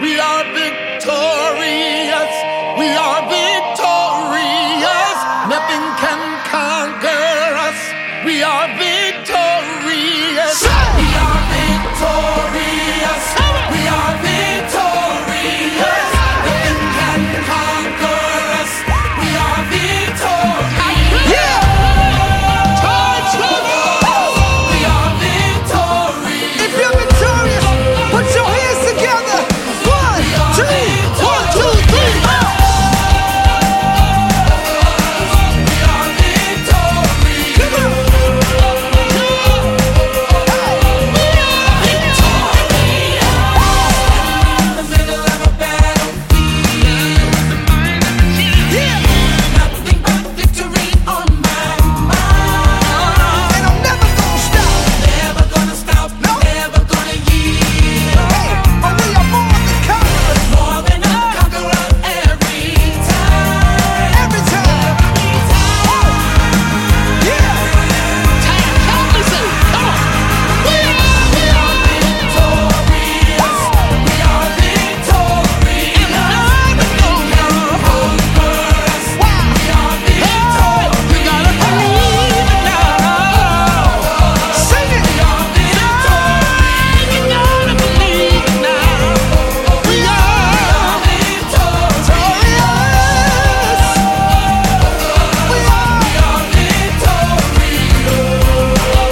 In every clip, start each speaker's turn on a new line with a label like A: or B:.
A: We are victorious. We are victorious. Nothing can conquer us. We are victorious. We are victorious. We are victorious. Nothing can conquer us. We are victorious. We are victorious.
B: If you're victorious, put your hands together. One, two, one, two, three, four. Come on. And I'm never gonna stop. Hey, but we are more than conquerors every time. Oh, Yeah.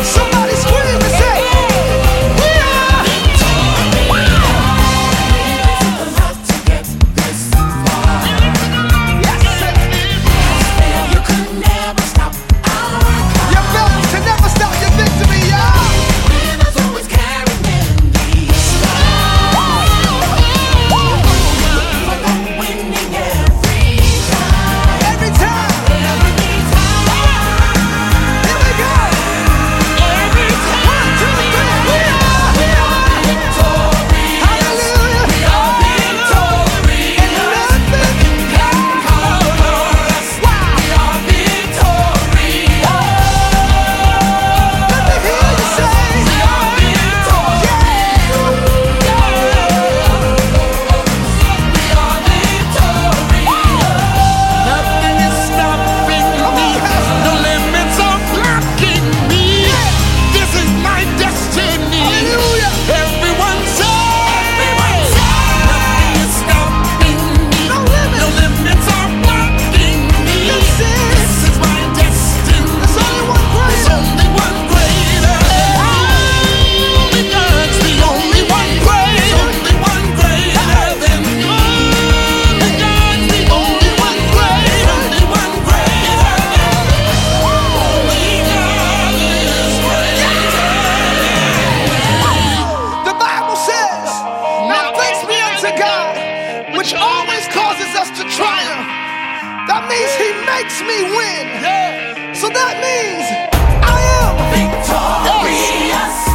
C: Somebody scream and say, We are
B: Your battle can never stop your victory, y'all. Every time. Here we go. One, two, three. We are, we are. Hallelujah. And nothing can Let me hear you say,
A: Nothing is stopping me. No limits are blocking me. This is my destiny.
B: Hallelujah.
A: Everyone say. Nothing is stopping me.
B: No limits.
A: No limits are blocking me.
B: This is-
A: This is my destiny.
B: There's only one
A: There's
B: greater.
A: only one greater. Only God's the only one greater. There's only one greater than me. Only God's the only one greater. There's only one greater than me. Only God is greater.
B: The Bible says, Now thanks be unto God, which always causes us to triumph. That means He makes me win. So that means I am victorious.